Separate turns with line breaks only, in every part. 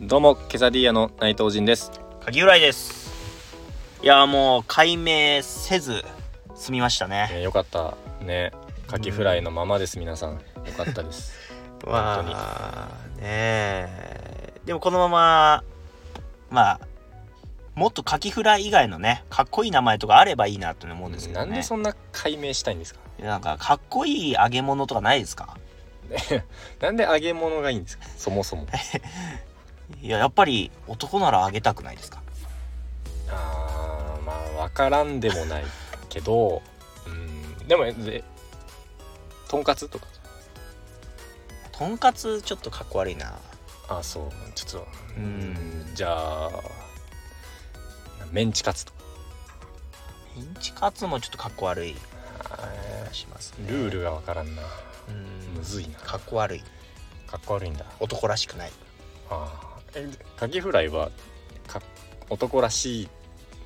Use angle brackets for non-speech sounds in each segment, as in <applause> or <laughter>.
どうもケサディアの内藤仁です
鍵浦井ですいやーもう解明せず済みましたね
ねよかったねカキフライのままです皆さんよかったです本当に
まあねえでもこのまままあもっとカキフライ以外のねかっこいい名前とかあればいいなって思うんですけど
な
ね
んで <laughs> そんな解明したいんですか
なんかかっこいい揚げ物とかないですか
なんで揚げ物がいいんですかそもそも
いややっぱり男なら揚げたくないですか
あーまあわからんでもないけどうんでもえとんかつとか
とんかつちょっとかっこ悪いな
あそうちょっとう
うん
んじゃあメンチカツとか
メンチカツもちょっとかっこ悪い気がしますね
ルールがわからんな
うん
むずいな
かっこ悪い
かっこ悪いんだ
男らしくない
ああえカキフライはか男らしい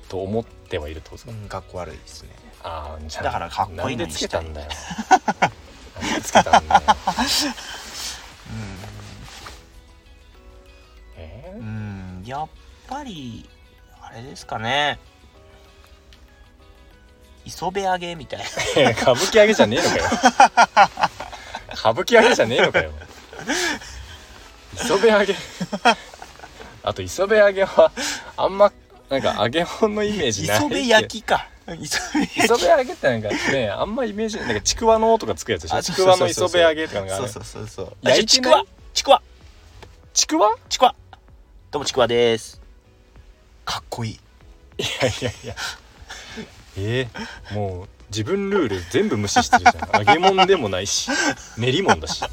と思ってはいるってことですか、
うん、かっこ悪いですね。
ああじゃあ
だからかっこいい
な
の
んで
に
つ
し
け
た
た
い
んだよなんでつけたんだよえ
う
ー
ん、やっぱり、あれですかね。磯辺揚げみたいな。
歌舞伎揚げじゃねえのかよ歌舞伎揚げじゃねえのかよ磯辺揚げあと磯辺揚げはあんまなんか揚げ物のイメージない
磯辺焼きか。磯辺焼
磯辺揚げってなんかねあんまイメージないなんかちくわのとかつくやつでしょ
あ
ち
そう
く
そう
わ
そ
の
う
磯
そう
辺揚げとかなん
き。
かあ
そ
る
うそうそうそう。あ
焼い
ち
て
く
ない
わ。ちくわ。
ちくわ
ちくわ。どうもちくわです。かっこいい。
いやいやいやえー、もう自分ルール全部無視してるじゃん揚げ物でもない <laughs> し練り物だし
あ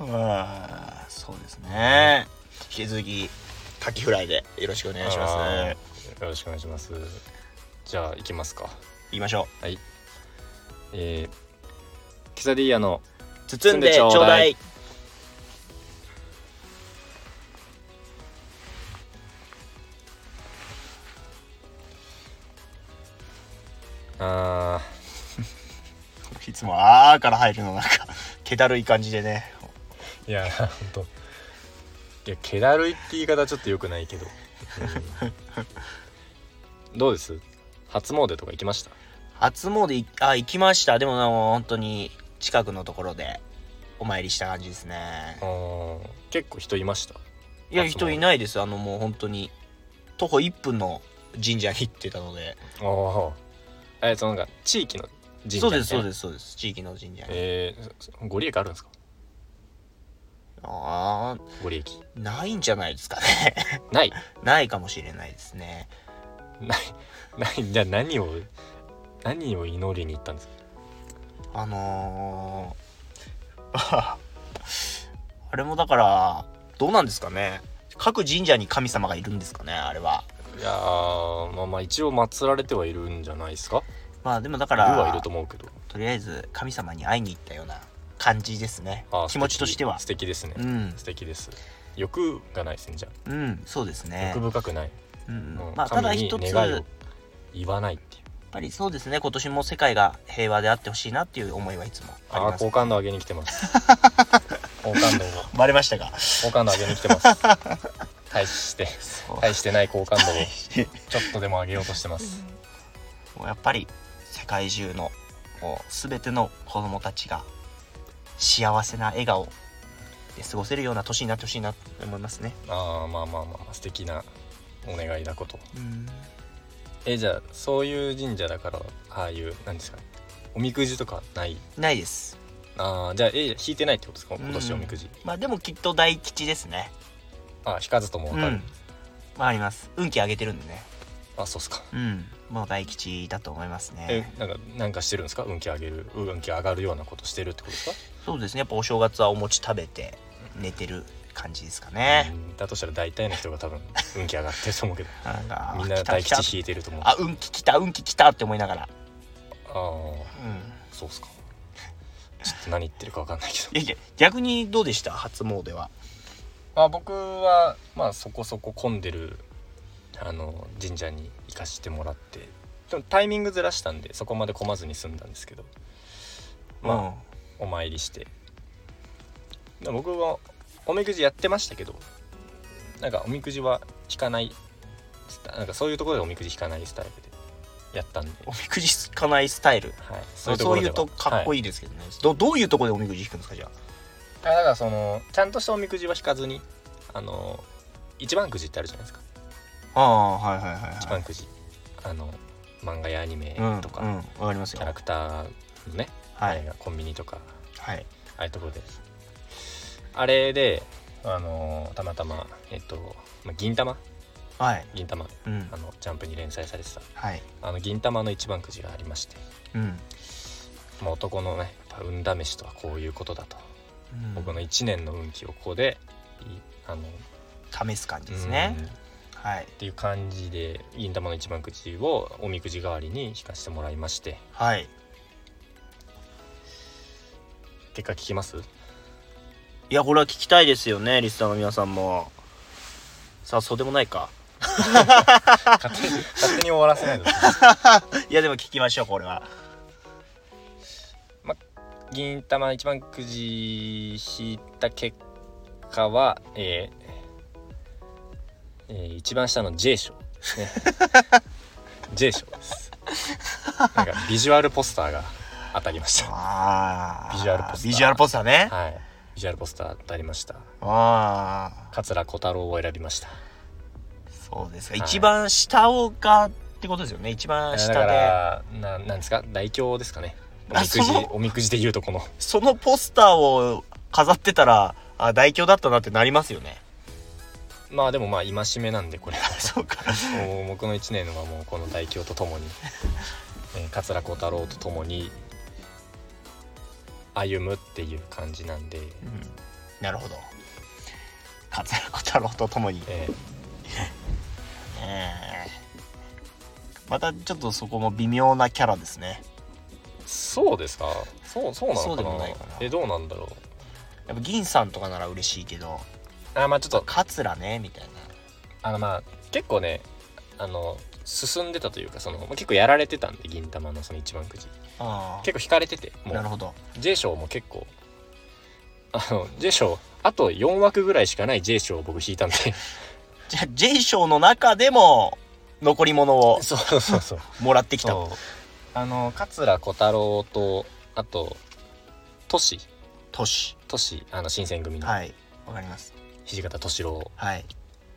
あ、そうですね。引き続き、カキフライでよろしくお願いします。
あー
行
よろしくお願いしますじゃあ行きますか
きましょ
えー、ケサディーヤの
う。包んでちょうだい。
あ
いつも「あー」から入るのなんか気だるい感じでね
ーいや本当いや気だるいって言い方はちょっと良くないけど、 <laughs> うんどうです初詣とか行きました
初詣いあ行きましたでもあの本当に近くのところでお参りした感じですね
あー結構人いました
いや
初詣
人いないですあのもう本当に徒歩1分の神社に行ってたので
ああえそのなんか地域の神社
そうですそう
す
ですそうです地域の神社に、
えー、ご利益あるんですか
あ
ご利益
ーないんじゃないですかね <laughs>
ない
ないかもしれないですね
ないないじゃあ何を何を祈りに行ったんですか
あのー、 <laughs> あれもだからどうなんですかね各神社に神様がいるんですかねあれはい
やーまあまあ一応祀られてはいるんじゃないですか
まあでもだ
い
か
る
ら
はいると思うけど
とりあえず神様に会いに行ったような感じですね
あー
気持ちとしては
素敵素敵ですね、
うん
素敵です欲がないですねじゃ
うんそうです
あ、
ね
欲深くない、
うん
もう
まあただ
神に
一つ
願い
や
を
っ
言わないっていう
ぱりそうですね今年も世界が平和であってほしいなっていう思いはいつもあり
ああー
ます
好感度上げに来てます
<laughs>
好感度を
バレましたか
好感度上げに来てます大して大してない好感度を <laughs> ちょっとでも上げようとしてます。
もうやっぱり世界中のもう全ての子供たちが幸せな笑顔で過ごせるような年になってほしいなと思いますね
ああまあまあまあまあ素敵なお願いだこと。
うん
えじゃあそういう神社だからああいう何ですかおみくじとかない
ないです
ああじゃあえ引いてないってことですか今年
うん
おみくじ。
まあでもきっと大吉ですね
ああ引かずともわ
う
かる。
んまああります運気上げてるんでね
あそうっすか。
うん、もう大吉だと思います
え
ね。
なんかなんかしてるんですか運気上げる運気上がるようなことしてるってことですか、
そうですね、やっぱお正月はお餅食べて寝てる感じですかね。
うんだとしたら大体の人が多分運気上がってると思 <laughs> うけど
なんか
みんな
来た
大
来た
吉引いてると思う。あ
あ、運気来た、運気来たって思いながら。
あー
うん、
そうっすか。ちょっと何言ってるかわかんないけど。
いやいや、逆にどうでした、初詣は。
まあ、僕はまあそこそこ混んでるあの神社に行かしてもらってでもタイミングずらしたんでそこまで混まずに済んだんですけどまあ、お参りしてで僕はおみくじやってましたけどなんかおみくじは引かないスタなんかそういうところでおみくじ引かないスタイルでやったんで、
おみくじ引かないスタイル
はい、
そういうとかっこ
いい
いいですけどね、どどういうところでおみくじ引くんですかじゃ
ところでは、はいあだからそのちゃんとしたおみくじは引かずにあの一番くじってあるじゃないですか
あああーはいはいはい
一
はい
番くじあの漫画やアニメ
うん
とか、
うん、わかります
キ
よ
ャラクターのね、
はい
コンビニとか
はい
ああいうところであれであのたまたまえっと、まあ、銀玉
はい
銀玉
うん
あのジャンプに連載されてた
はい
あの銀玉の一番くじがありまして、
うん、
まあ、男のねやっぱ運試しとはこういうことだと、
うん
僕の1年の運気をここでいあの
試す感じですね
うんっ
はい
ていう感じで銀玉の一番くじをおみくじ代わりに引かせてもらいまして
はい
結果聞きます
いやこれは聞きたいですよねリスナーの皆さんもさあそうでもないか
勝手に勝手に終わらせないでほしい
いやでも聞きましょうこれは
銀玉一番くじ引いた結果は、えーえー一番下の J 賞ですね J 賞ですなんかビジュアルポスターが当たりました
あ
ビジュアルポスター
ビジュアルポスターね
はいビジュアルポスター当たりました
ああ
桂小太郎を選びました
そうですか
はい
一番下をがってことですよね一番
だか
下で
らななんですか大凶ですかねお
あ
みくじ
その
おみくじで言うとこの
そのポスターを飾ってたらあ大凶だったなってなりますよね
まあでもまあ戒めなんでこれは
そうか
もう僕の1年はもうこの大凶とともに、 <laughs> えー桂小太郎とともに歩むっていう感じなんで、
うんなるほど桂子太郎とともに
えー
えーまたちょっとそこも微妙なキャラですね
そうですかそうそうなのかな
そうでもないかな
えどうなんだろう
やっぱ銀さんとかなら嬉しいけど
あまあちょっと
桂ねみたいな
あのまあ結構ねあの進んでたというかそのまあ結構やられてたんで銀玉のその一番くじ
あ
結構引かれてて
あ
も
なる
う
ほど
J 賞も結構あの J 賞あと4枠ぐらいしかない J 賞を僕引い
<laughs>
たんで
じゃあ J 賞の中でも残り物を
そうそうそう <laughs> そう
もらってきた
そうあの桂小太郎とあとトシ
都市
トシあの新選組の
はいわかります
土方歳郎
はい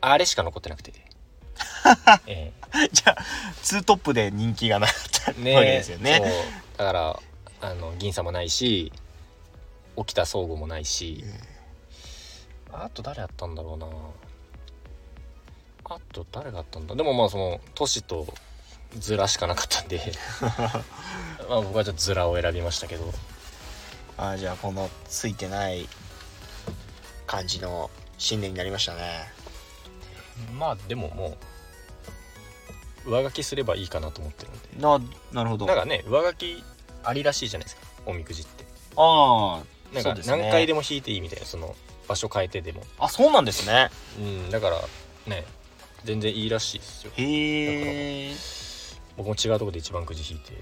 あれしか残ってなくて、え
<laughs> じゃあツートップで人気がなかったわ <laughs>
え
け
ねえ
ですよ
そう
ね
だからあの銀さんもないし沖田総合もないしあと誰あったんだろうなあと誰があったんだでもまあそのトシとズラしかなかったん
<laughs>
でまあ僕はちょっとズラを選びましたけど
ああじゃあこのついてない感じの新年になりましたね
まあでももう上書きすればいいかなと思ってるんで
ななるほど
なんかね上書きありらしいじゃないですかおみくじって
あ
なん
そう
か
ですね
何回でも引いていいみたいなその場所変えてでも
ああそうなんですね
うんだからね全然いいらしいですよ
へえ
僕も違うところで一番くじ引いて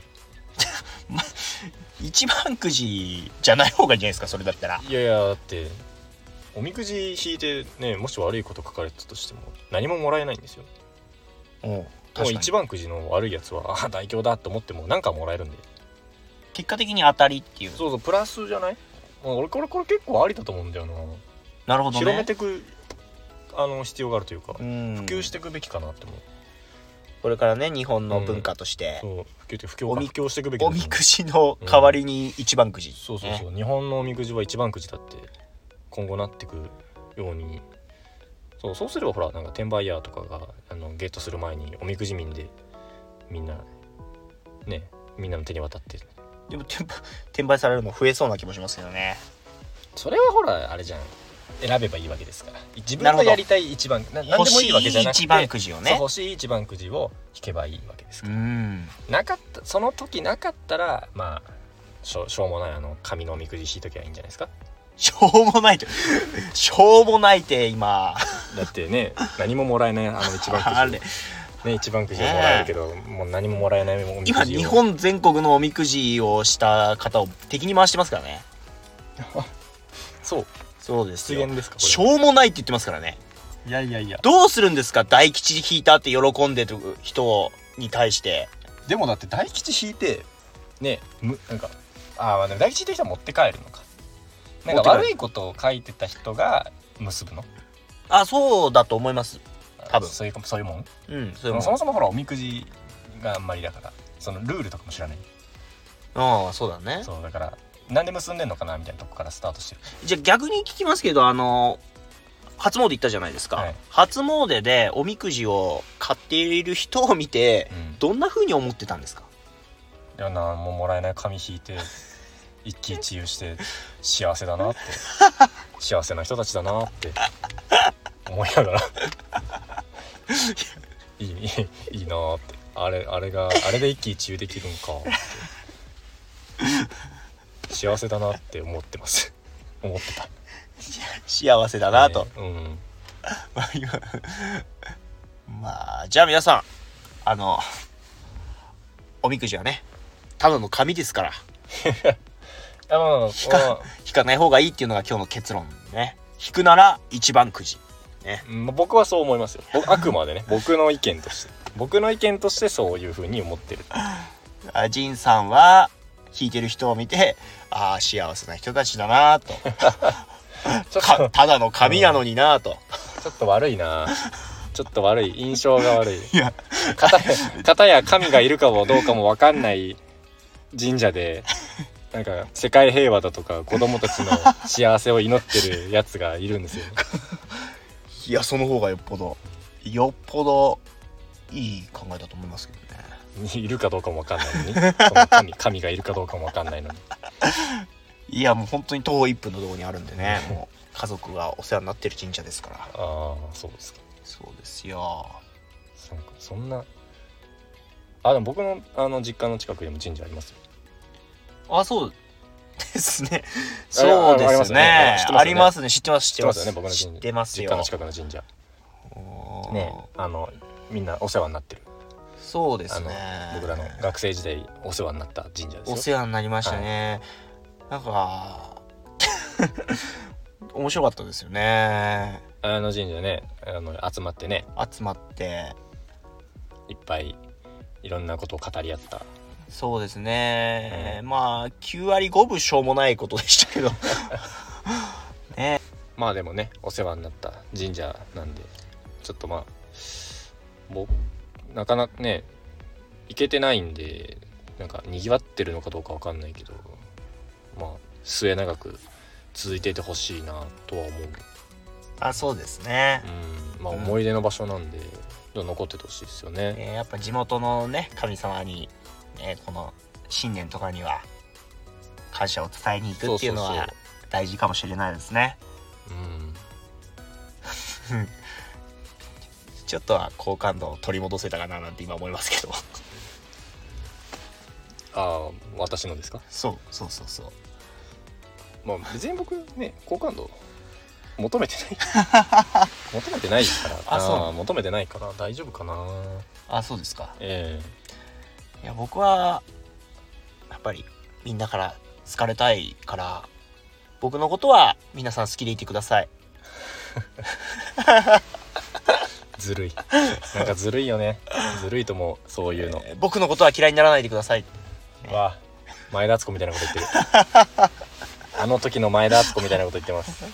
一番くじじゃない方がいいんじゃないですかそれだったら
いやいやだっておみくじ引いてねもし悪いこと書かれてたとしても何ももらえないんですよ
うん
もう
確かに
一番くじの悪いやつはあー大凶だと思ってもなんかもらえるんで
結果的に当たりっていう
そうそうプラスじゃないもう俺これこれ結構ありだと思うんだよな
なるほどね
広めてくあの必要があるというか、
うん
普及していくべきかなって思う。
これからね日本の文化として、
そう普及っていうか普及
お
か
み
普及していくべき
おみくじの代わりに一番くじ、
そうそうそうう、日本のおみくじは一番くじだって今後なってくようにそうそうすればほらなんか転売ヤーとかがあのゲットする前におみくじ民でみんなねみんなの手に渡って
でも転売転売されるの増えそうな気もしますけどね
それはほらあれじゃん選べばいいわけですから自
な
分の
るほど
やりたい一番な何
欲
でも
し
い
い
いわけじゃなくて
一番くじを
そう
ね
欲しい一番くじを引けばいいわけですから
うん
なかったその時なかったらまあしょしょうもないあの紙のおみくじ引いときゃいいんじゃないですか
しょうもないとしょうもないって今
だってね何ももらえ <laughs> ないあの一番くじ
あれ
ね一番くじはもらえるけど、もう何ももらえないおみくじを
今日本全国のおみくじをした方を敵に回してますからね
そう
そうです
出
よ
現ですかこ
しょうもないって言ってますからね
いやいやいや
どうするんですか大吉引いたって喜んでる人に対して。
でもだって大吉引いてねむなんかあーまあでも大吉引いた人は持って帰るのかなん
持って
か
帰る
悪いことを書いてた人が結ぶの
あ、そうだと思います。多分
そういうかそういうもん
うん、そ
で
れ
も
も。
そもそもほらおみくじがあんまりだからそのルールとかも知らない
うん、そうだね。
そうだからなんで結んでんのかなみたいなとこからスタートしてる
じゃあ逆に聞きますけど、あの、初詣行ったじゃないですか。
はい
初詣でおみくじを買っている人を見て、
うん
どんな風に思ってたんですか
いや何ももらえない紙引いて一喜一憂して幸せだなって幸せな人たちだなって思いながらいいいいいなーってあれあれがあれで一喜一憂できるんかって幸せだなって思ってます思ってた
幸せだなと。
うん
まあ、じゃあ皆さん、あの、おみくじはね、ただの紙ですから、
あまあまあ
引か引かない方がいいっていうのが今日の結論ね。引くなら一番くじ。
うんまあ僕はそう思いますよ僕あくまでね僕の意見として僕の意見としてそういうふうに思ってる
あジンさんは、引いてる人を見て、ああ、幸せな人たちだなと。
ちょっと
かただの紙なのになと。
ちょっと悪いなちょっと悪い印象が悪い
いや、
かたやかたや神がいるかもどうかも分かんない神社でなんか世界平和だとか子供たちの幸せを祈ってるやつがいるんですよ
<laughs> いや、その方がよっぽど、よっぽど、いい考えだと思いますけどね。
いるかどうかも分かんないのにその神神がいるかどうかも分かんないのに
いや、もう本当に徒歩1分のところにあるんで <laughs> ね、もう、家族がお世話になってる神社ですから。
ああそうですか
そうですよ。
そんかそんなあでも僕のあの実家の近くにも神社ありますよ
あ、そうですね。 <laughs> そうで
ありますす
ね
ね知ってますよ。ね
ありますね。知ってます。
知
知
っ
っ
てて
ま。
ますすよね僕の
知っ
神
てます
実家
よ
の。近くの神社
おー
ねあのみんなお世話になってる
そうですね。
僕らの学生時代お世話になった神社ですよ
お世話になりましたね。なんか <laughs> 面白かったですよね。
あの神社ねあの集まってね
集まって、
いっぱいいろんなことを語り合った
そうですね。まあ9割5分しょうもないことでしたけど、 <laughs>
まあでもねお世話になった神社なんでちょっとまあもうなかなかね行けてないんでなんかにぎわってるのかどうかわかんないけどまあ末永く続いていてほしいなとは思う
あ、そうですね。
うんまあ思い出の場所なんで、残っててほしいですよね
えーやっぱ地元のね神様に、ね、この新年とかには感謝を伝えに行くっていうの
そうそう
は大事かもしれないですね
そううん
ちょっとは好感度を取り戻せたかななんて今思いますけど
ああ私のですか
そうそうそうそう
まあ別に僕ね好感度求めてない
<laughs>
求めてないから
あそう
ー求めてないから大丈夫かな
あそうですか
え
いや僕はやっぱりみんなから好かれたいから僕のことは皆さん好きでいてください
えずるいなんかずるいよねずるいともそういうの、
えー僕のことは嫌いにならないでください
わあ前田敦子みたいなこと言ってるあの時の前田敦子みたいなこと言ってます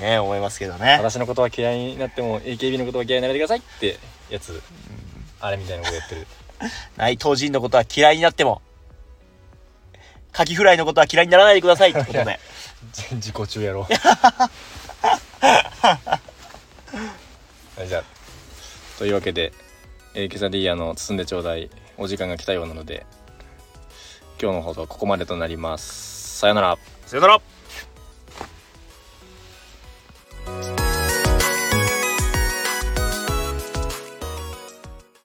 ね思いますけどね
私のことは嫌いになっても AKB のことは嫌いにならないでくださいってやつあれみたいなことやってる <laughs>
内藤仁のことは嫌いになっても、カキフライのことは嫌いにならないでくださいってことで。
じ自己中やろはいじゃあというわけで、えー、ケサディーヤの包んでちょうだいお時間が来たようなので今日の放送はここまでとなりますさよなら
<laughs> さよなら